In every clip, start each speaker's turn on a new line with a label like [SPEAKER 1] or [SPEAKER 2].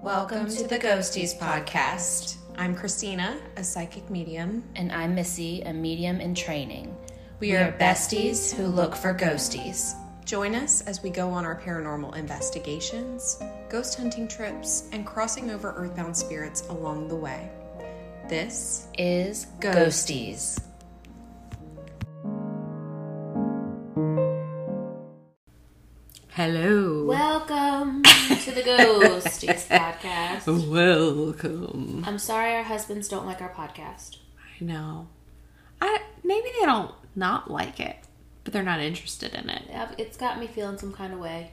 [SPEAKER 1] Welcome to the Ghosties Podcast. I'm Christina, a psychic medium.
[SPEAKER 2] And I'm Missy, a medium in training.
[SPEAKER 1] We are besties who look for ghosties. Join us as we go on our paranormal investigations, ghost hunting trips, and crossing over earthbound spirits along the way. This
[SPEAKER 2] Is
[SPEAKER 1] Ghosties.
[SPEAKER 2] Ghosties.
[SPEAKER 3] Hello.
[SPEAKER 2] Welcome to the Ghosties podcast.
[SPEAKER 3] Welcome.
[SPEAKER 2] I'm sorry our husbands don't like our podcast.
[SPEAKER 3] I know. I maybe they don't not like it, but they're not interested in it.
[SPEAKER 2] Yeah, It's got me feeling some kind of way.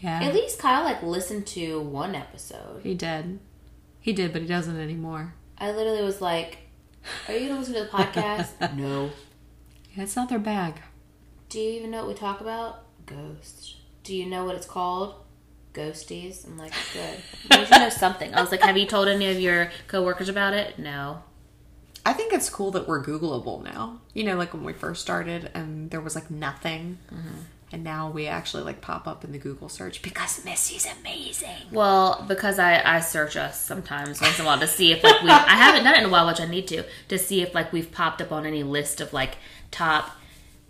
[SPEAKER 3] Yeah.
[SPEAKER 2] At least Kyle like listened to one episode.
[SPEAKER 3] he did. He did, but he doesn't anymore.
[SPEAKER 2] I literally was like, "Are you gonna listen to the podcast?" no.
[SPEAKER 3] Yeah, it's not their bag.
[SPEAKER 2] Do you even know what we talk about? Ghosts. Do you know what it's called? Ghosties. I'm like, good. You should know something. I was like, have you told any of your coworkers about it? No.
[SPEAKER 3] I think it's cool that we're Googleable now. You know, like when we first started and there was like nothing.
[SPEAKER 2] Mm-hmm.
[SPEAKER 3] And now we actually like pop up in the Google search because Missy's amazing.
[SPEAKER 2] Well, because I, I search us sometimes once in a while to see if like we I haven't done it in a while, which I need to to see if like we've popped up on any list of like top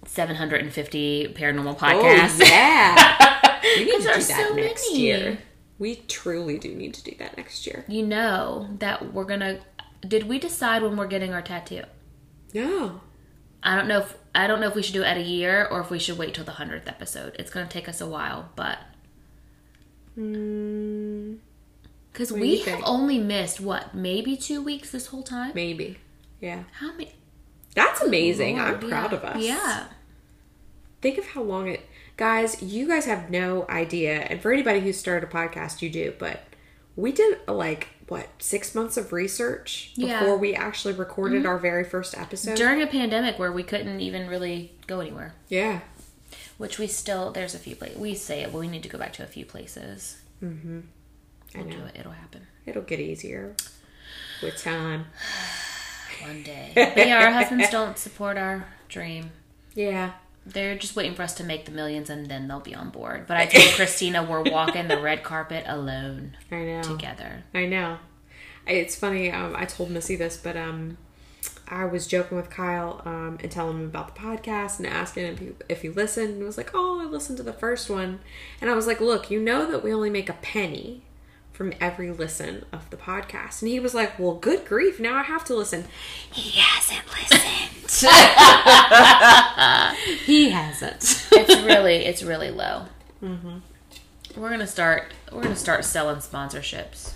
[SPEAKER 2] 750 paranormal podcasts.
[SPEAKER 3] yeah. we need to Oh, do
[SPEAKER 2] There's
[SPEAKER 3] that
[SPEAKER 2] so
[SPEAKER 3] next
[SPEAKER 2] many.
[SPEAKER 3] year. We truly do need to do that next year.
[SPEAKER 2] You know that we're gonna. Did we decide when we're getting our tattoo?
[SPEAKER 3] No.
[SPEAKER 2] I don't know if I don't know if we should do it at a year or if we should wait till the hundredth episode. It's gonna take us a while, but
[SPEAKER 3] Mm,
[SPEAKER 2] because
[SPEAKER 3] do you
[SPEAKER 2] we have
[SPEAKER 3] think?
[SPEAKER 2] only missed what maybe two weeks this whole time.
[SPEAKER 3] Maybe. Yeah.
[SPEAKER 2] How many?
[SPEAKER 3] That's amazing. I'm
[SPEAKER 2] Yeah.
[SPEAKER 3] proud of us.
[SPEAKER 2] Yeah.
[SPEAKER 3] Think of how long it guys, you guys have no idea. And for anybody who started a podcast, you do, but we did like what, six months of research before
[SPEAKER 2] Yeah. Mm-hmm.
[SPEAKER 3] we actually recorded our very first episode.
[SPEAKER 2] During a pandemic where we couldn't even really go anywhere,
[SPEAKER 3] yeah.
[SPEAKER 2] which we still there's a few places we say it, but we need to go back to a few places. Mm-hmm. We'll do it. It'll happen.
[SPEAKER 3] It'll get easier with time.
[SPEAKER 2] one day. But yeah, our husbands don't support our dream.
[SPEAKER 3] Yeah.
[SPEAKER 2] They're just waiting for us to make the millions and then they'll be on board. But I told Christina we're walking the red carpet alone
[SPEAKER 3] I know.
[SPEAKER 2] together.
[SPEAKER 3] I know. It's funny. Um, I told Missy this, but um, I was joking with Kyle um, and telling him about the podcast and asking if he, if he listened. And he was like, "Oh, I listened to the first one," and I was like, "Look, you know that we only make a penny." From every listen of the podcast, and he was like, "Well, good grief! Now I have to listen." He hasn't listened. he hasn't.
[SPEAKER 2] It's really it's really low. We're gonna start we're gonna start selling sponsorships.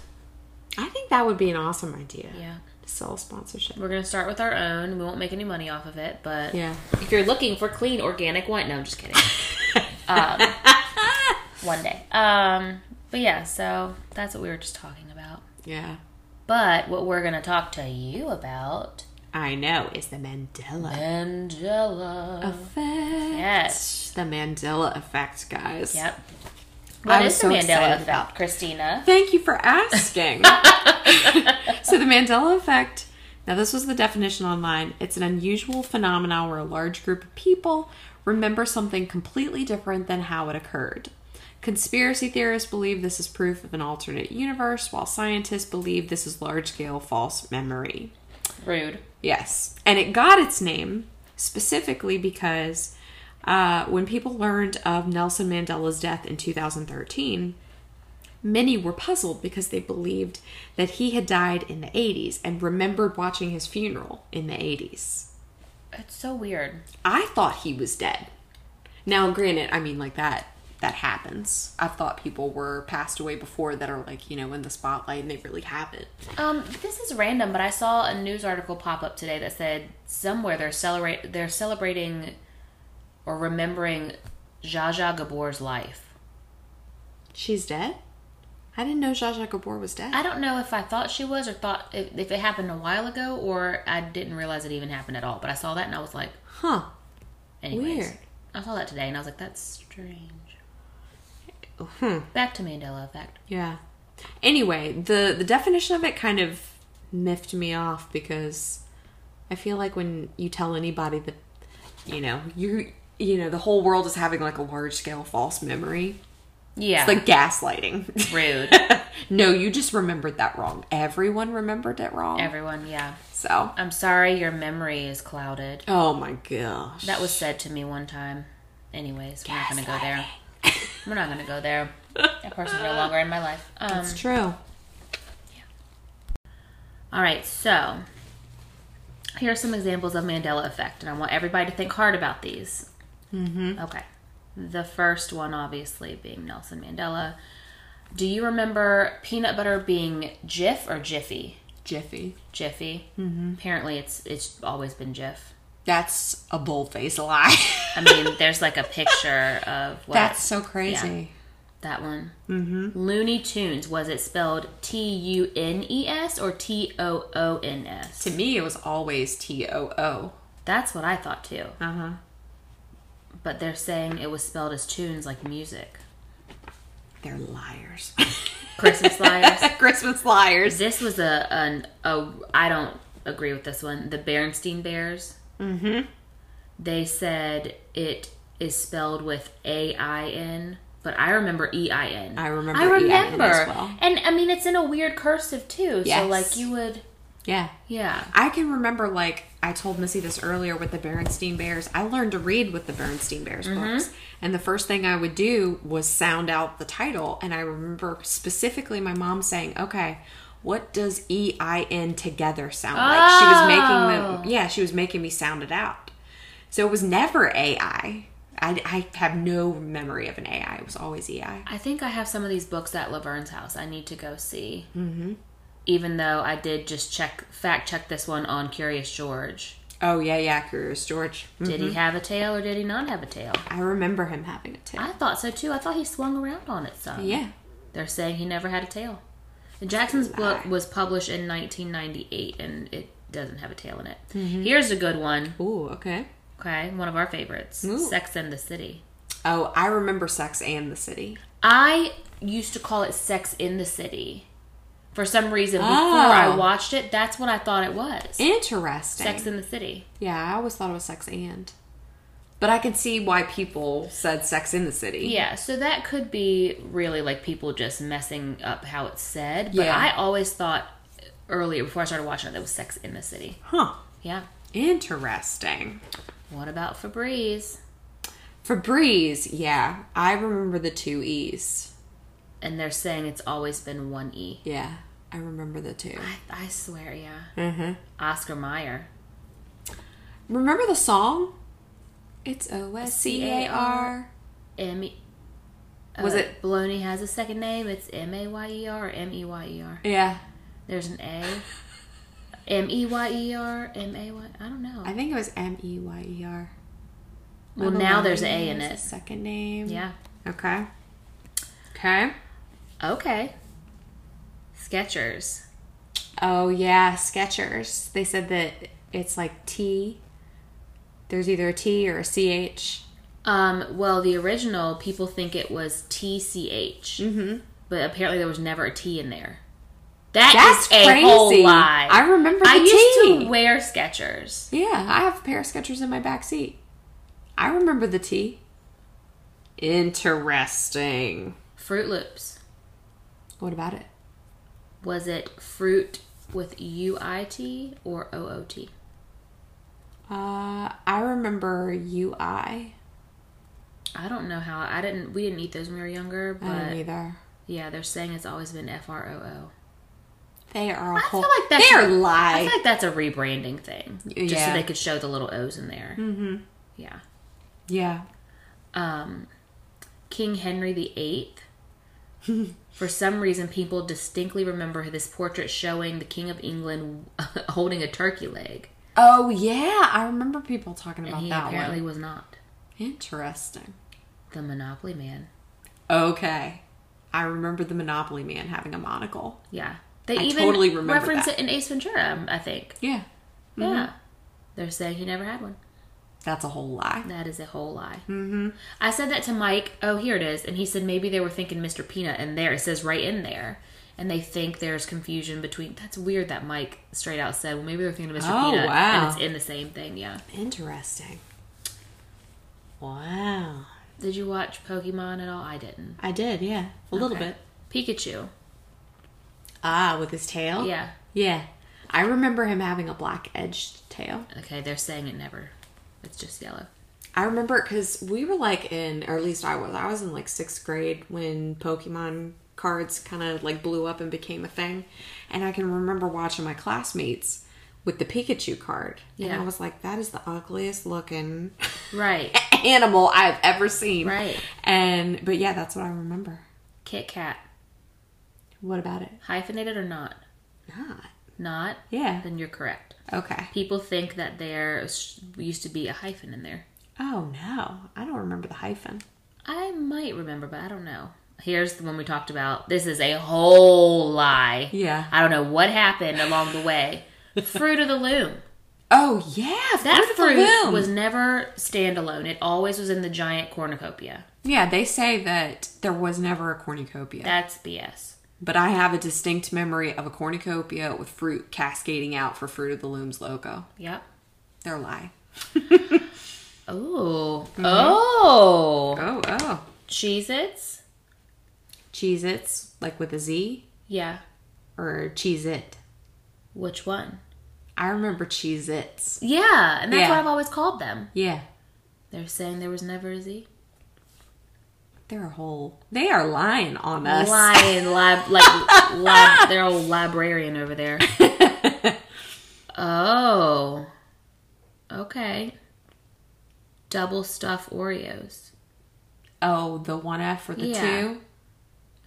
[SPEAKER 3] I think that would be an awesome idea
[SPEAKER 2] Yeah.
[SPEAKER 3] to sell a sponsorship.
[SPEAKER 2] We're gonna start with our own. We won't make any money off of it, but
[SPEAKER 3] Yeah.
[SPEAKER 2] if you're looking for clean organic wine no I'm just kidding. um, one day. Um but yeah, so that's what we were just talking about.
[SPEAKER 3] Yeah.
[SPEAKER 2] But what we're going to talk to you about,
[SPEAKER 3] I know is the Mandela
[SPEAKER 2] Angela.
[SPEAKER 3] effect.
[SPEAKER 2] Yes.
[SPEAKER 3] The Mandela effect, guys.
[SPEAKER 2] Yep. What
[SPEAKER 3] was
[SPEAKER 2] is
[SPEAKER 3] so
[SPEAKER 2] the
[SPEAKER 3] excited
[SPEAKER 2] Mandela effect,
[SPEAKER 3] about-
[SPEAKER 2] Christina?
[SPEAKER 3] Thank you for asking. so, the Mandela effect. Now, this was the definition online. It's an unusual phenomenon where a large group of people remember something completely different than how it occurred. Conspiracy theorists believe this is proof of an alternate universe, while scientists believe this is large scale false memory.
[SPEAKER 2] Rude.
[SPEAKER 3] Yes. And it got its name specifically because uh, when people learned of Nelson Mandela's death in 2013, many were puzzled because they believed that he had died in the 80s and remembered watching his funeral in the 80s.
[SPEAKER 2] It's so weird.
[SPEAKER 3] I thought he was dead. Now, granted, I mean, like that. That happens. I've thought people were passed away before that are like, you know, in the spotlight and they really haven't.
[SPEAKER 2] Um, this is random, but I saw a news article pop up today that said somewhere they're celebrate they're celebrating or remembering Zsa Zsa Gabor's life.
[SPEAKER 3] She's dead? I didn't know Zsa Zsa Gabor was dead.
[SPEAKER 2] I don't know if I thought she was or thought if, if it happened a while ago or I didn't realize it even happened at all. But I saw that and I was like,
[SPEAKER 3] Huh.
[SPEAKER 2] Anyways,
[SPEAKER 3] Weird.
[SPEAKER 2] I saw that today and I was like, that's strange.
[SPEAKER 3] Hmm.
[SPEAKER 2] Back to Mandela effect.
[SPEAKER 3] Yeah. Anyway, the the definition of it kind of miffed me off because I feel like when you tell anybody that you know you you know the whole world is having like a large scale false memory,
[SPEAKER 2] Yeah.
[SPEAKER 3] It's like gaslighting.
[SPEAKER 2] rude.
[SPEAKER 3] no, you just remembered that wrong. Everyone remembered it wrong.
[SPEAKER 2] Everyone, yeah.
[SPEAKER 3] so,
[SPEAKER 2] I'm sorry your memory is clouded.
[SPEAKER 3] oh my gosh.
[SPEAKER 2] That was said to me one time. Anyways, we're not gonna go there. We're not gonna go there. That person's no longer in my life. Um,
[SPEAKER 3] It's true.
[SPEAKER 2] all right, so here are some examples of Mandela effect, and I want everybody to think hard about these. Mm-hmm. Okay, the first one obviously being Nelson Mandela. Do you remember peanut butter being Jif or Jiffy?
[SPEAKER 3] Jiffy.
[SPEAKER 2] Jiffy. Mm-hmm. Apparently, it's it's always been Jif.
[SPEAKER 3] That's a bold-faced lie.
[SPEAKER 2] I mean, there's like a picture of what
[SPEAKER 3] That's so crazy.
[SPEAKER 2] That one. Mm-hmm. Looney Tunes. Was it spelled T U N E S or T O O N S?
[SPEAKER 3] To me, it was always T O O.
[SPEAKER 2] That's what I thought too.
[SPEAKER 3] Uh huh.
[SPEAKER 2] But they're saying it was spelled as tunes, like music.
[SPEAKER 3] They're liars.
[SPEAKER 2] Christmas liars.
[SPEAKER 3] Christmas liars.
[SPEAKER 2] this was a an a I don't agree with this one. The Bernstein Bears. Mm-hmm. They said it is spelled with A I N. But I remember E I N.
[SPEAKER 3] I remember
[SPEAKER 2] I
[SPEAKER 3] EIN
[SPEAKER 2] remember.
[SPEAKER 3] as well.
[SPEAKER 2] And I mean, it's in a weird cursive too. So
[SPEAKER 3] Yes.
[SPEAKER 2] like you would,
[SPEAKER 3] Yeah.
[SPEAKER 2] yeah.
[SPEAKER 3] I can remember, like, I told Missy this earlier with the Berenstain Bears. I learned to read with the Berenstain Bears books. And the first thing I would do was sound out the title. And I remember specifically my mom saying, okay, what does E I N together sound like? She was making them, yeah, she was making me sound it out. So it was never AI. I, I have no memory of an AI. It was always E EI.
[SPEAKER 2] I think I have some of these books at Laverne's house. I need to go see. Mm-hmm. Even though I did just check fact check this one on Curious George.
[SPEAKER 3] Oh, yeah, yeah, Curious George. Mm.
[SPEAKER 2] Did he have a tail or did he not have a tail?
[SPEAKER 3] I remember him having a tail.
[SPEAKER 2] I thought so too. I thought he swung around on it some.
[SPEAKER 3] Yeah.
[SPEAKER 2] They're saying he never had a tail. Jackson's book was published in 1998 and it doesn't have a tail in it.
[SPEAKER 3] Mm-hmm.
[SPEAKER 2] Here's a good one.
[SPEAKER 3] Ooh, okay.
[SPEAKER 2] Okay, one of our favorites
[SPEAKER 3] Ooh.
[SPEAKER 2] Sex and the City.
[SPEAKER 3] Oh, I remember Sex and the City.
[SPEAKER 2] I used to call it Sex in the City. For some reason, before
[SPEAKER 3] Oh.
[SPEAKER 2] I watched it, that's what I thought it was.
[SPEAKER 3] Interesting.
[SPEAKER 2] Sex in the City.
[SPEAKER 3] yeah, I always thought it was Sex and. But I can see why people said Sex in the City.
[SPEAKER 2] Yeah, so that could be really like people just messing up how it's said. But
[SPEAKER 3] Yeah.
[SPEAKER 2] I always thought earlier, before I started watching it, that was Sex in the City.
[SPEAKER 3] Huh.
[SPEAKER 2] Yeah.
[SPEAKER 3] Interesting.
[SPEAKER 2] What about Febreze?
[SPEAKER 3] Febreze, yeah. I remember the two E's.
[SPEAKER 2] And they're saying it's always been one E.
[SPEAKER 3] Yeah, I remember the two.
[SPEAKER 2] I, I swear, yeah. Oscar Meyer.
[SPEAKER 3] Remember the song? It's O S C A R.
[SPEAKER 2] M. E,
[SPEAKER 3] Was
[SPEAKER 2] uh,
[SPEAKER 3] it-
[SPEAKER 2] Baloney has a second name? It's M A Y E R or M E Y E R.
[SPEAKER 3] Yeah.
[SPEAKER 2] There's an A. M E Y E R, M A Y. I don't know.
[SPEAKER 3] I think it was M E Y E R.
[SPEAKER 2] well, now there's an A in it.
[SPEAKER 3] Second name.
[SPEAKER 2] Yeah.
[SPEAKER 3] Okay. Okay.
[SPEAKER 2] Okay. Skechers.
[SPEAKER 3] Oh yeah, Skechers. They said that it's like T. There's either a T or a CH.
[SPEAKER 2] Um, well, the original people think it was T C H,
[SPEAKER 3] Mm.
[SPEAKER 2] but apparently there was never a T in there. That
[SPEAKER 3] That's
[SPEAKER 2] is a
[SPEAKER 3] crazy.
[SPEAKER 2] whole lie.
[SPEAKER 3] I remember the
[SPEAKER 2] I used
[SPEAKER 3] T.
[SPEAKER 2] to wear Skechers.
[SPEAKER 3] Yeah, I have a pair of Skechers in my back seat. I remember the T. Interesting.
[SPEAKER 2] Fruit Loops.
[SPEAKER 3] What about it?
[SPEAKER 2] Was it fruit with U I T or O O T?
[SPEAKER 3] Uh, I remember UI.
[SPEAKER 2] I don't know how. I didn't. We didn't eat those when we were younger,
[SPEAKER 3] I don't
[SPEAKER 2] but
[SPEAKER 3] either.
[SPEAKER 2] yeah, they're saying it's always been F R O O.
[SPEAKER 3] They are a
[SPEAKER 2] I feel
[SPEAKER 3] whole.
[SPEAKER 2] like that's
[SPEAKER 3] they are
[SPEAKER 2] I
[SPEAKER 3] lie.
[SPEAKER 2] feel like that's a rebranding thing, just so
[SPEAKER 3] Yeah.
[SPEAKER 2] they could show the little O's in there. Mm-hmm. Yeah.
[SPEAKER 3] yeah.
[SPEAKER 2] um, King Henry VIII. For some reason, people distinctly remember this portrait showing the King of England holding a turkey leg.
[SPEAKER 3] Oh yeah, I remember people talking
[SPEAKER 2] And
[SPEAKER 3] about
[SPEAKER 2] he
[SPEAKER 3] that
[SPEAKER 2] apparently
[SPEAKER 3] one.
[SPEAKER 2] was not
[SPEAKER 3] Interesting.
[SPEAKER 2] the Monopoly Man.
[SPEAKER 3] Okay. I remember the Monopoly man having a monocle.
[SPEAKER 2] Yeah. They
[SPEAKER 3] I
[SPEAKER 2] even
[SPEAKER 3] totally remember
[SPEAKER 2] reference
[SPEAKER 3] that. Mm-hmm.
[SPEAKER 2] it in Ace Ventura, um, I think.
[SPEAKER 3] Yeah.
[SPEAKER 2] Yeah. They're saying he never had one.
[SPEAKER 3] That's a whole lie.
[SPEAKER 2] That is a whole lie. Mm-hmm. I said that to Mike. Oh, here it is. And he said maybe they were thinking Mr. Peanut, and there it says right in there. And they think there's confusion between. That's weird that Mike straight out said, well, maybe they're thinking of Mr.
[SPEAKER 3] Oh,
[SPEAKER 2] Peanut.
[SPEAKER 3] wow.
[SPEAKER 2] And it's in the same thing, yeah.
[SPEAKER 3] Interesting. Wow.
[SPEAKER 2] Did you watch Pokemon at all? I didn't.
[SPEAKER 3] I did, yeah. A little
[SPEAKER 2] Okay.
[SPEAKER 3] bit.
[SPEAKER 2] Pikachu.
[SPEAKER 3] Ah, with his tail?
[SPEAKER 2] Yeah.
[SPEAKER 3] Yeah. I remember him having a black edged tail.
[SPEAKER 2] Okay, they're saying it never. It's just yellow.
[SPEAKER 3] I remember because we were like in, or at least I was, I was in like sixth grade when Pokemon cards kind of like blew up and became a thing. And I can remember watching my classmates with the Pikachu card. And
[SPEAKER 2] Yeah.
[SPEAKER 3] I was like, that is the ugliest looking
[SPEAKER 2] Right.
[SPEAKER 3] animal I've ever seen.
[SPEAKER 2] Right.
[SPEAKER 3] And, but yeah, that's what I remember.
[SPEAKER 2] Kit Kat.
[SPEAKER 3] What about it?
[SPEAKER 2] Hyphenated or not?
[SPEAKER 3] Not.
[SPEAKER 2] Not?
[SPEAKER 3] Yeah.
[SPEAKER 2] Then you're correct.
[SPEAKER 3] Okay.
[SPEAKER 2] People think that there used to be a hyphen in there.
[SPEAKER 3] Oh no, I don't remember the hyphen.
[SPEAKER 2] I might remember, but I don't know. Here's the one we talked about. This is a whole lie.
[SPEAKER 3] Yeah.
[SPEAKER 2] I don't know what happened along the way. Fruit of the Loom.
[SPEAKER 3] Oh yeah,
[SPEAKER 2] That
[SPEAKER 3] fruit of the
[SPEAKER 2] fruit
[SPEAKER 3] loom.
[SPEAKER 2] was never standalone. It always was in the giant cornucopia.
[SPEAKER 3] Yeah, they say that there was never a cornucopia.
[SPEAKER 2] That's BS.
[SPEAKER 3] But I have a distinct memory of a cornucopia with fruit cascading out for Fruit of the Loom's logo.
[SPEAKER 2] Yep.
[SPEAKER 3] They're lying.
[SPEAKER 2] Oh.
[SPEAKER 3] Mm-hmm.
[SPEAKER 2] Oh.
[SPEAKER 3] Oh, oh.
[SPEAKER 2] Cheez Its?
[SPEAKER 3] Cheez Its, like with a Z,
[SPEAKER 2] Yeah.
[SPEAKER 3] or Cheez It.
[SPEAKER 2] Which one?
[SPEAKER 3] I remember Cheez Its.
[SPEAKER 2] Yeah. And that's
[SPEAKER 3] Yeah.
[SPEAKER 2] what I've always called them.
[SPEAKER 3] Yeah,
[SPEAKER 2] They're saying there was never a Z.
[SPEAKER 3] they're a whole. They are lying on us.
[SPEAKER 2] Lion, lab, like, lab, their old librarian over there. Oh. Okay. Double stuff Oreos.
[SPEAKER 3] Oh, the one F or the
[SPEAKER 2] Yeah.
[SPEAKER 3] two?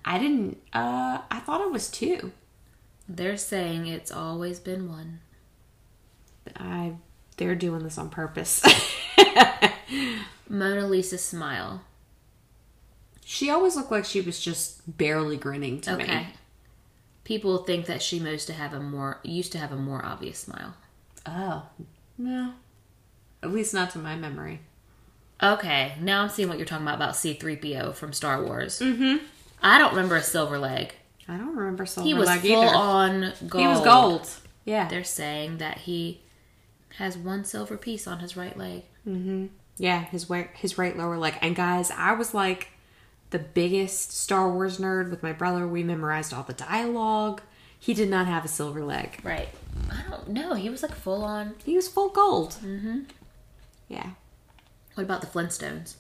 [SPEAKER 3] I didn't. Uh, I thought it was two.
[SPEAKER 2] They're saying it's always been one.
[SPEAKER 3] I. They're doing this on purpose.
[SPEAKER 2] Mona Lisa smile.
[SPEAKER 3] she always looked like she was just barely grinning to
[SPEAKER 2] Okay.
[SPEAKER 3] me.
[SPEAKER 2] People think that she used to have a more used to have a more obvious smile.
[SPEAKER 3] Oh. No. At least not to my memory.
[SPEAKER 2] Okay, now I'm seeing what you're talking about about C3PO from Star Wars. Mm-hmm. I don't remember a silver leg.
[SPEAKER 3] I don't remember Silver
[SPEAKER 2] He was
[SPEAKER 3] Leg
[SPEAKER 2] full
[SPEAKER 3] either.
[SPEAKER 2] on gold.
[SPEAKER 3] He was gold. Yeah.
[SPEAKER 2] They're saying that he has one silver piece on his right leg.
[SPEAKER 3] Yeah, his wa- his right lower leg. And guys, I was like the biggest Star Wars nerd with my brother. We memorized all the dialogue. He did not have a silver leg.
[SPEAKER 2] Right. I don't know. He was like full on.
[SPEAKER 3] He was full gold. Mm-hmm. Yeah.
[SPEAKER 2] What about the Flintstones?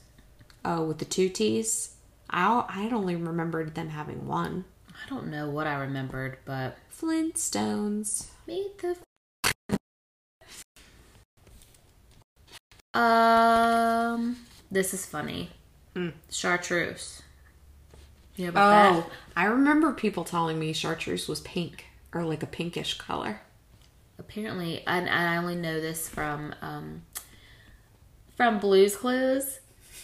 [SPEAKER 3] Oh, with the two T's. I I only remembered them having one.
[SPEAKER 2] I don't know what I remembered, but
[SPEAKER 3] Flintstones.
[SPEAKER 2] meet the. Um, this is funny.
[SPEAKER 3] Hmm.
[SPEAKER 2] Chartreuse. You know about
[SPEAKER 3] Oh, I remember people telling me chartreuse was pink or like a pinkish color.
[SPEAKER 2] apparently and and i only know this from um from blues clues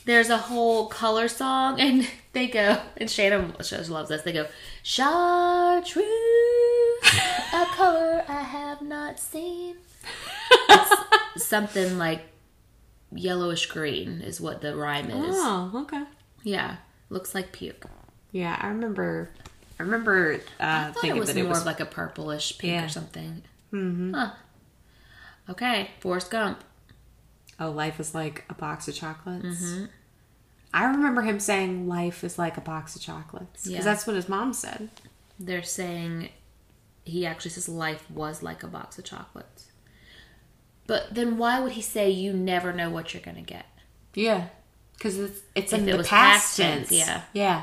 [SPEAKER 2] there's a whole color song and they go and shannon she loves this they go chartreuse a color i have not seen It's something like yellowish green is what the rhyme is
[SPEAKER 3] Oh, okay.
[SPEAKER 2] yeah looks like puke
[SPEAKER 3] Yeah, I remember. I remember uh,
[SPEAKER 2] i thought it
[SPEAKER 3] thinking
[SPEAKER 2] was
[SPEAKER 3] that it
[SPEAKER 2] more
[SPEAKER 3] was
[SPEAKER 2] of like a purplish pink
[SPEAKER 3] Yeah. Mm-hmm.
[SPEAKER 2] or something huh okay forrest gump
[SPEAKER 3] Oh, life is like a box of chocolates.
[SPEAKER 2] Mm-hmm.
[SPEAKER 3] I remember him saying, "Life is like a box of chocolates," because
[SPEAKER 2] Yeah.
[SPEAKER 3] that's what his mom said.
[SPEAKER 2] they're saying he actually says life was like a box of chocolates. But then why would he say you never know what you're gonna get?
[SPEAKER 3] Yeah, because it's it's in
[SPEAKER 2] If it
[SPEAKER 3] the
[SPEAKER 2] was
[SPEAKER 3] past
[SPEAKER 2] past
[SPEAKER 3] tense.
[SPEAKER 2] tense, yeah.
[SPEAKER 3] yeah.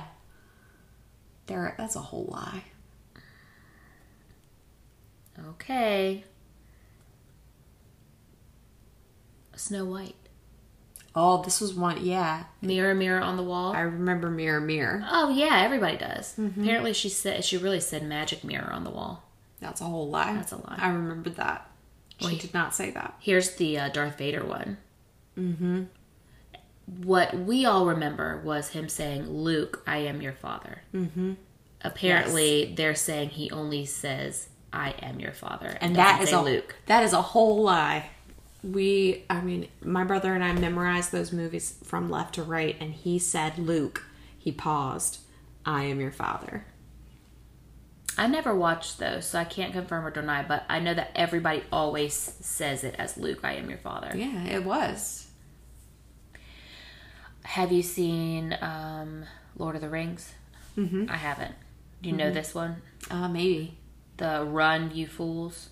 [SPEAKER 3] There, that's a whole lie.
[SPEAKER 2] Okay. Snow White.
[SPEAKER 3] Oh, this was one. Yeah,
[SPEAKER 2] Mirror, mirror on the wall.
[SPEAKER 3] I remember mirror, mirror.
[SPEAKER 2] Oh yeah, everybody does. Apparently, she said she really said magic mirror on the wall.
[SPEAKER 3] That's a whole lie.
[SPEAKER 2] That's a lie.
[SPEAKER 3] I remembered that. She
[SPEAKER 2] Wait.
[SPEAKER 3] did not say that.
[SPEAKER 2] Here's the uh, Darth Vader one. Mm-hmm. What we all remember was him saying, "Luke, I am your father." Mm-hmm. Apparently, they're saying he only says, "I am your father," and,
[SPEAKER 3] and
[SPEAKER 2] doesn't
[SPEAKER 3] that is
[SPEAKER 2] say
[SPEAKER 3] a
[SPEAKER 2] Luke.
[SPEAKER 3] that is a whole lie. We, I mean, my brother and I memorized those movies from left to right, and he said, "Luke." He paused. I am your father.
[SPEAKER 2] I never watched those, so I can't confirm or deny. But I know that everybody always says it as Luke, "I am your father."
[SPEAKER 3] Yeah, it was.
[SPEAKER 2] Have you seen um, Lord of the Rings? Mm-hmm. I haven't. Do you know this one?
[SPEAKER 3] Uh, maybe.
[SPEAKER 2] The Run, You Fools.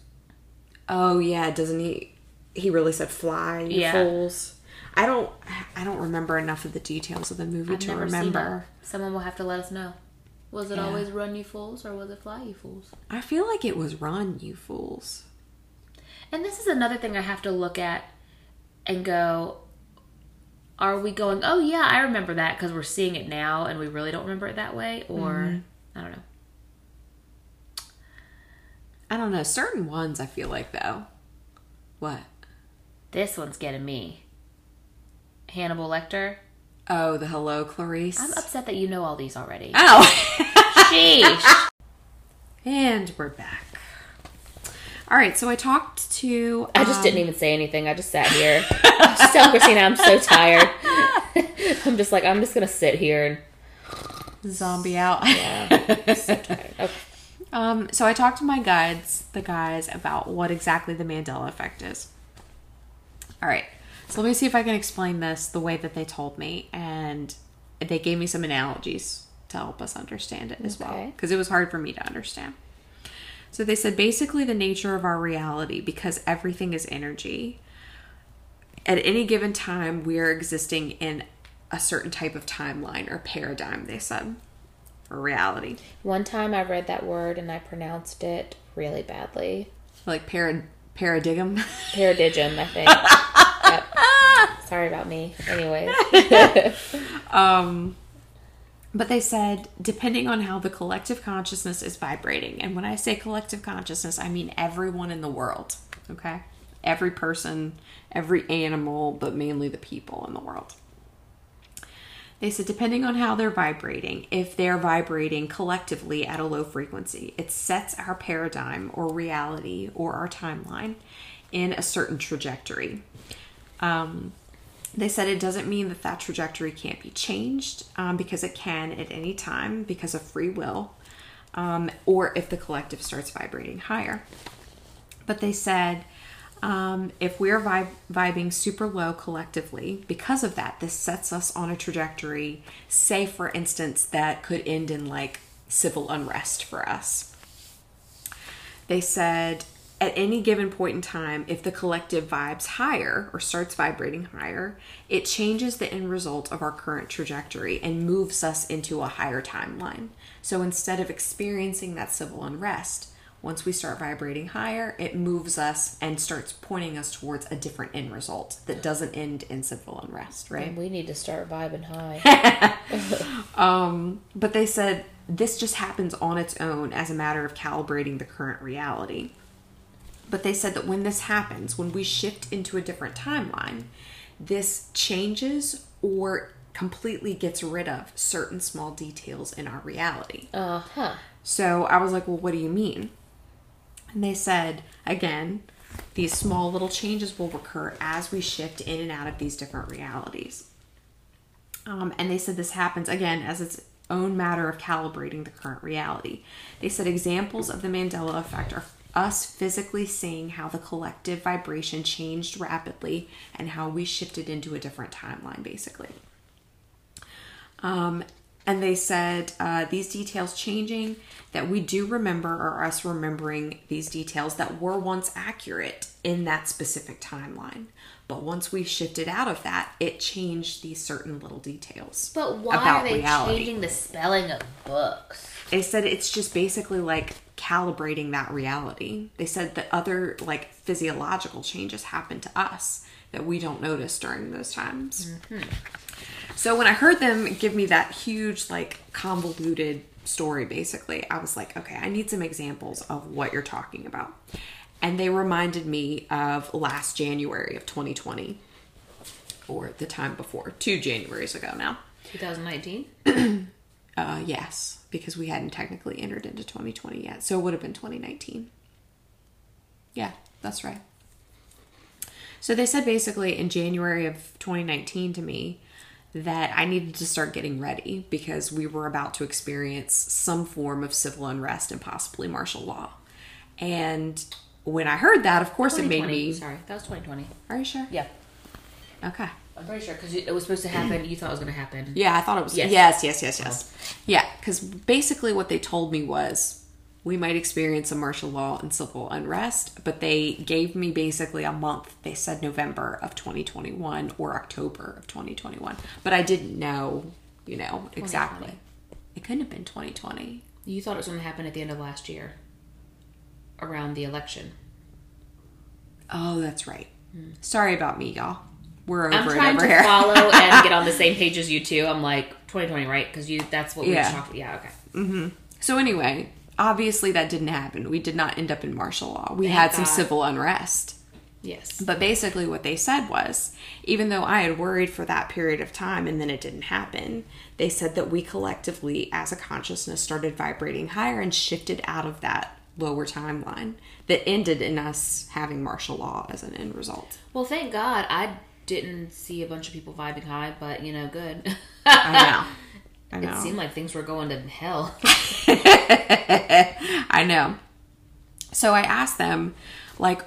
[SPEAKER 3] Oh yeah, doesn't he? He really said "fly, you
[SPEAKER 2] Yeah.
[SPEAKER 3] fools." I don't. I don't remember enough of the details of the movie to
[SPEAKER 2] Never seen
[SPEAKER 3] remember.
[SPEAKER 2] it. Someone will have to let us know. Was it
[SPEAKER 3] Yeah.
[SPEAKER 2] always Run, You Fools, or was it Fly, You Fools?
[SPEAKER 3] I feel like it was Run, you fools.
[SPEAKER 2] And this is another thing I have to look at and go, are we going, oh yeah, I remember that because we're seeing it now and we really don't remember it that way? Or, I don't know.
[SPEAKER 3] I don't know. Certain ones, I feel like though. What?
[SPEAKER 2] This one's getting me. Hannibal Lecter.
[SPEAKER 3] Oh, the hello, Clarice.
[SPEAKER 2] I'm upset that you know all these already.
[SPEAKER 3] oh.
[SPEAKER 2] Sheesh.
[SPEAKER 3] and we're back. All right. So I talked to. um,
[SPEAKER 2] I just didn't even say anything. I just sat here. I just tell Christina I'm so tired. I'm just like, I'm just going to sit here
[SPEAKER 3] zombie out.
[SPEAKER 2] and. so tired. Okay.
[SPEAKER 3] Um, so I talked to my guides, the guys, about what exactly the Mandela effect is. All right, so let me see if I can explain this the way that they told me, and they gave me some analogies to help us understand it as well,
[SPEAKER 2] Okay.
[SPEAKER 3] because it was hard for me to understand. So they said basically the nature of our reality, because everything is energy. At any given time, we are existing in a certain type of timeline or paradigm. They said for reality.
[SPEAKER 2] One time I read that word and I pronounced it really badly.
[SPEAKER 3] like parad paradigm.
[SPEAKER 2] Paradigm, I think. Yep. Sorry about me. Anyways,
[SPEAKER 3] um, but they said depending on how the collective consciousness is vibrating, and when I say collective consciousness, I mean everyone in the world. Okay, every person, every animal, but mainly the people in the world. They said, depending on how they're vibrating, if they're vibrating collectively at a low frequency, it sets our paradigm or reality or our timeline in a certain trajectory. Um, they said it doesn't mean that that trajectory can't be changed um, because it can at any time because of free will um, or if the collective starts vibrating higher. But they said um, if we're vib- vibing super low collectively, because of that, this sets us on a trajectory, say, for instance, that could end in like civil unrest for us. They said at any given point in time, if the collective vibes higher or starts vibrating higher, it changes the end result of our current trajectory and moves us into a higher timeline. So instead of experiencing that civil unrest, once we start vibrating higher, it moves us and starts pointing us towards a different end result that doesn't end in civil unrest, right?
[SPEAKER 2] we need to start vibing high.
[SPEAKER 3] Um, But they said this just happens on its own as a matter of calibrating the current reality. But they said that when this happens, when we shift into a different timeline, this changes or completely gets rid of certain small details in our reality.
[SPEAKER 2] Uh huh.
[SPEAKER 3] So I was like, well, what do you mean? And they said, again, these small little changes will recur as we shift in and out of these different realities. Um, and they said this happens again as its own matter of calibrating the current reality. They said examples of the Mandela effect are us physically seeing how the collective vibration changed rapidly and how we shifted into a different timeline, basically. Um, and they said uh, these details changing that we do remember are us remembering these details that were once accurate in that specific timeline. But once we shifted out of that, it changed these certain little details.
[SPEAKER 2] But why
[SPEAKER 3] About
[SPEAKER 2] are they
[SPEAKER 3] reality.
[SPEAKER 2] changing the spelling of books?
[SPEAKER 3] They said it's just basically like calibrating that reality. They said that other like physiological changes happen to us that we don't notice during those times. So when I heard them give me that huge, like convoluted story, basically, I was like, okay, I need some examples of what you're talking about. And they reminded me of last January of 2020 or the time before, two Januaries ago now.
[SPEAKER 2] 2019.
[SPEAKER 3] Uh, yes, because we hadn't technically entered into 2020 yet. So it would have been 2019. Yeah, that's right. So they said basically in January of 2019 to me that I needed to start getting ready because we were about to experience some form of civil unrest and possibly martial law. And when I heard that, of course it made me.
[SPEAKER 2] Sorry, that was 2020.
[SPEAKER 3] Are you sure?
[SPEAKER 2] Yeah.
[SPEAKER 3] Okay.
[SPEAKER 2] I'm pretty sure because it was supposed to happen. You thought it was going to happen.
[SPEAKER 3] Yeah, I thought it was.
[SPEAKER 2] Yes. Uh-huh.
[SPEAKER 3] Yes, yes, yes, yes. Yeah, because basically what they told me was we might experience a martial law and civil unrest, but they gave me basically a month. They said November of 2021 or October of 2021, but I didn't know, you know, exactly. It couldn't have been 2020.
[SPEAKER 2] You thought it was going to happen at the end of last year, around the election.
[SPEAKER 3] Oh, that's right. Sorry about me, y'all. We're over
[SPEAKER 2] Hmm. I'm
[SPEAKER 3] it
[SPEAKER 2] trying
[SPEAKER 3] over
[SPEAKER 2] to
[SPEAKER 3] here.
[SPEAKER 2] follow and get on the same page as you two. I'm like 2020, right? Because you that's what we
[SPEAKER 3] Yeah.
[SPEAKER 2] talked. Yeah, okay.
[SPEAKER 3] So anyway, obviously that didn't happen. We did not end up in martial law. We had some
[SPEAKER 2] God.
[SPEAKER 3] civil unrest.
[SPEAKER 2] Yes.
[SPEAKER 3] But basically, what they said was even though I had worried for that period of time and then it didn't happen, they said that we collectively, as a consciousness, started vibrating higher and shifted out of that lower timeline that ended in us having martial law as an end result.
[SPEAKER 2] Well, thank God I didn't see a bunch of people vibing high, but you know, good.
[SPEAKER 3] I know. I
[SPEAKER 2] It
[SPEAKER 3] know.
[SPEAKER 2] seemed like things were going to hell.
[SPEAKER 3] I know. So I asked them, like,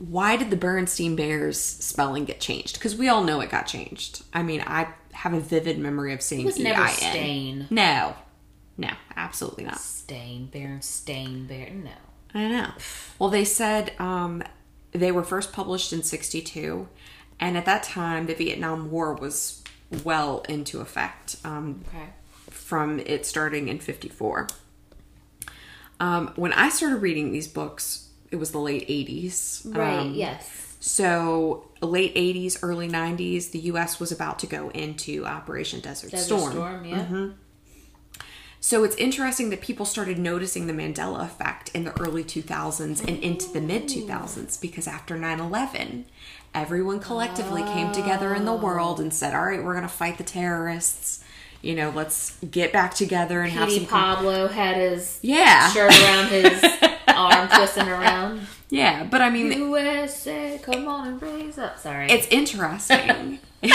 [SPEAKER 3] why did the Bernstein Bears spelling get changed? Because we all know it got changed. I mean, I have a vivid memory of seeing E
[SPEAKER 2] It was never
[SPEAKER 3] EIN.
[SPEAKER 2] stain.
[SPEAKER 3] No. No, absolutely not.
[SPEAKER 2] Stain bear, stain bear. No.
[SPEAKER 3] I know. Well, they said um, they were first published in 62, and at that time, the Vietnam War was well into effect um,
[SPEAKER 2] Okay.
[SPEAKER 3] from it starting in 54. Um, when I started reading these books, it was the late 80s.
[SPEAKER 2] Right.
[SPEAKER 3] Um,
[SPEAKER 2] yes.
[SPEAKER 3] So, late 80s, early 90s, the U.S. was about to go into Operation Desert,
[SPEAKER 2] Desert
[SPEAKER 3] Storm.
[SPEAKER 2] storm. Mm-hmm. yeah.
[SPEAKER 3] So it's interesting that people started noticing the Mandela effect in the early 2000s and into the mid 2000s because after 9 11, everyone collectively came together in the world and said, all right, we're going to fight the terrorists. You know, let's get back together and have
[SPEAKER 2] Petey
[SPEAKER 3] some.
[SPEAKER 2] Pablo had his
[SPEAKER 3] yeah.
[SPEAKER 2] shirt around his arm, twisting around.
[SPEAKER 3] Yeah. But I mean,
[SPEAKER 2] USA, come on and raise up. Sorry.
[SPEAKER 3] it's interesting.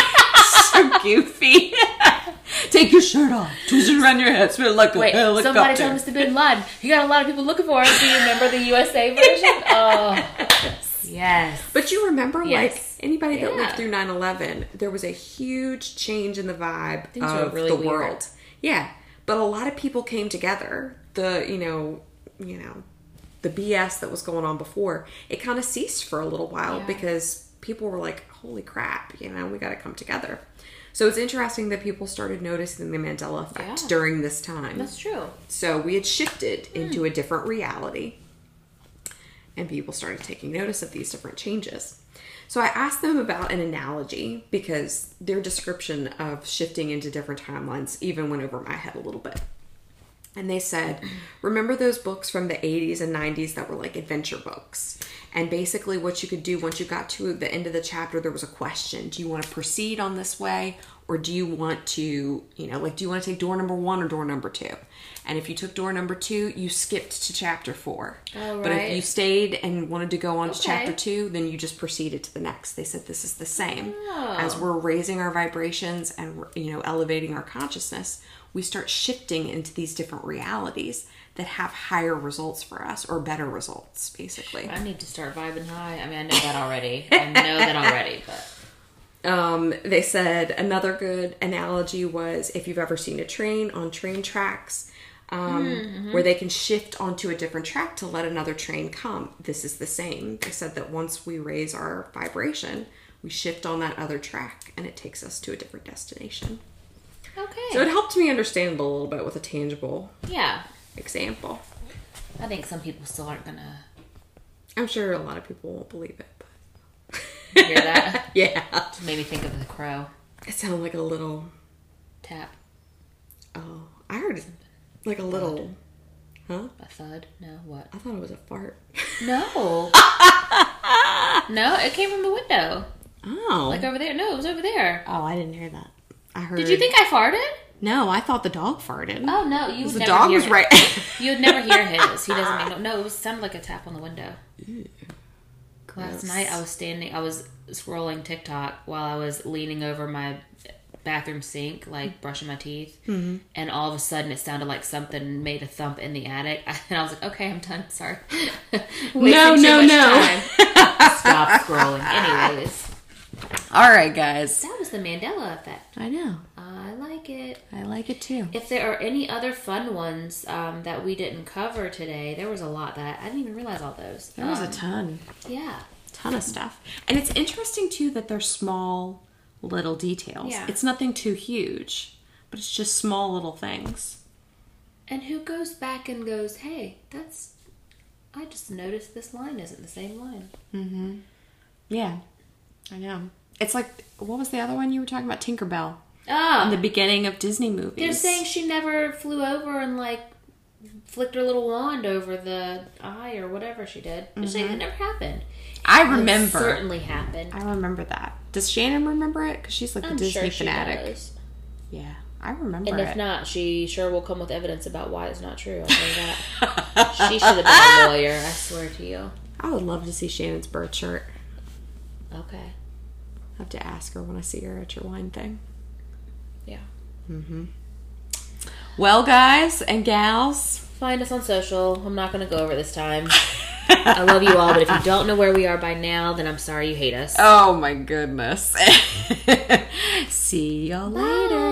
[SPEAKER 3] so goofy. Take your shirt off, twist it around your head, spin it like a
[SPEAKER 2] Wait,
[SPEAKER 3] helicopter.
[SPEAKER 2] somebody told Mr. Bin Laden. He got a lot of people looking for him. Do you remember the USA version? Oh, yes.
[SPEAKER 3] But you remember,
[SPEAKER 2] Yes.
[SPEAKER 3] like anybody that
[SPEAKER 2] Yeah.
[SPEAKER 3] lived through 9-11, there was a huge change in the vibe
[SPEAKER 2] Things were
[SPEAKER 3] of
[SPEAKER 2] really
[SPEAKER 3] the
[SPEAKER 2] weird.
[SPEAKER 3] world. Yeah, but a lot of people came together. The you know, you know, the BS that was going on before it kind of ceased for a little while
[SPEAKER 2] Yeah.
[SPEAKER 3] because people were like, "Holy crap!" You know, we got to come together. So it's interesting that people started noticing the Mandela effect
[SPEAKER 2] Yeah.
[SPEAKER 3] during this time.
[SPEAKER 2] That's true. Hmm.
[SPEAKER 3] So we had shifted into a different reality, and people started taking notice of these different changes. So I asked them about an analogy because their description of shifting into different timelines even went over my head a little bit. And they said, remember those books from the 80s and 90s that were like adventure books? And basically, what you could do once you got to the end of the chapter, there was a question Do you want to proceed on this way? Or do you want to, you know, like, do you want to take door number one or door number two? And if you took door number two, you skipped to chapter four.
[SPEAKER 2] Oh,
[SPEAKER 3] But if
[SPEAKER 2] right.
[SPEAKER 3] you stayed and wanted to go on to chapter
[SPEAKER 2] Okay.
[SPEAKER 3] two, then you just proceeded to the next. They said this is the same. As we're raising our vibrations and we're, you know elevating our consciousness, we start shifting into these different realities that have higher results for us or better results, basically.
[SPEAKER 2] I need to start vibing high. I mean, I know that already. I know that already, but
[SPEAKER 3] Um, they said another good analogy was if you've ever seen a train on train tracks, um, where they can shift onto a different track to let another train come. This is the same. They said that once we raise our vibration, we shift on that other track and it takes us to a different destination.
[SPEAKER 2] okay.
[SPEAKER 3] So it helped me understand a little bit with a tangible
[SPEAKER 2] yeah.
[SPEAKER 3] example.
[SPEAKER 2] I think some people still aren't going to
[SPEAKER 3] I'm sure a lot of people won't believe it, but
[SPEAKER 2] hear that.
[SPEAKER 3] yeah.
[SPEAKER 2] Just made me think of the crow
[SPEAKER 3] It sounded like a little
[SPEAKER 2] tap.
[SPEAKER 3] oh I heard it like a little huh?
[SPEAKER 2] A thud? No, what?
[SPEAKER 3] I thought it was a fart.
[SPEAKER 2] No. no, it came from the window.
[SPEAKER 3] Oh.
[SPEAKER 2] Like over there. No, it was over there.
[SPEAKER 3] oh, I didn't hear that. I heard.
[SPEAKER 2] Did you think I farted?
[SPEAKER 3] No, I thought the dog farted.
[SPEAKER 2] Oh, no. You would
[SPEAKER 3] the
[SPEAKER 2] never
[SPEAKER 3] dog
[SPEAKER 2] hear
[SPEAKER 3] was
[SPEAKER 2] it.
[SPEAKER 3] right.
[SPEAKER 2] You would never hear his. He doesn't make no. No, it was sounded like a tap on the window. Last
[SPEAKER 3] Gross.
[SPEAKER 2] night I was standing. I was scrolling TikTok while I was leaning over my bathroom sink, like brushing my teeth, and all of a sudden it sounded like something made a thump in the attic, and I was like, "Okay, I'm done. Sorry." Wasting
[SPEAKER 3] No,
[SPEAKER 2] too
[SPEAKER 3] no,
[SPEAKER 2] much
[SPEAKER 3] no.
[SPEAKER 2] time. Stop scrolling. Anyways,
[SPEAKER 3] All right, guys.
[SPEAKER 2] That was the Mandela effect.
[SPEAKER 3] I know.
[SPEAKER 2] I like it.
[SPEAKER 3] I like it too.
[SPEAKER 2] If there are any other fun ones um, that we didn't cover today, there was a lot that I didn't even realize all those.
[SPEAKER 4] There was a
[SPEAKER 2] Um,
[SPEAKER 4] ton,
[SPEAKER 2] yeah.
[SPEAKER 3] ton of stuff. And it's interesting too that they're small little details.
[SPEAKER 2] Yeah.
[SPEAKER 3] It's nothing too huge, but it's just small little things.
[SPEAKER 2] And who goes back and goes, hey, that's. I just noticed this line isn't the same line.
[SPEAKER 3] Yeah. I know. It's like what was the other one you were talking about? Tinkerbell.
[SPEAKER 2] Oh,
[SPEAKER 3] On the beginning of Disney movies.
[SPEAKER 2] they're saying she never flew over and like flicked her little wand over the eye or whatever she did. They're saying that never happened.
[SPEAKER 3] I
[SPEAKER 2] It
[SPEAKER 3] Mm-hmm. remember.
[SPEAKER 2] certainly happened.
[SPEAKER 3] I remember that. Does Shannon remember it? Because she's like a
[SPEAKER 2] I'm
[SPEAKER 3] Disney
[SPEAKER 2] sure she
[SPEAKER 3] fanatic.
[SPEAKER 2] does.
[SPEAKER 3] Yeah. I remember
[SPEAKER 2] And
[SPEAKER 3] it.
[SPEAKER 2] if not, she sure will come with evidence about why it's not true. I'll tell you that. She should have been a lawyer, I swear to you.
[SPEAKER 3] I would love to see Shannon's bird shirt.
[SPEAKER 2] Okay.
[SPEAKER 3] I have to ask her when I see her at your wine thing.
[SPEAKER 2] Yeah.
[SPEAKER 3] Well, guys and gals.
[SPEAKER 2] Find us on social. I'm not going to go over this time. I love you all, but if you don't know where we are by now, then I'm sorry you hate us.
[SPEAKER 3] Oh my goodness. See y'all later.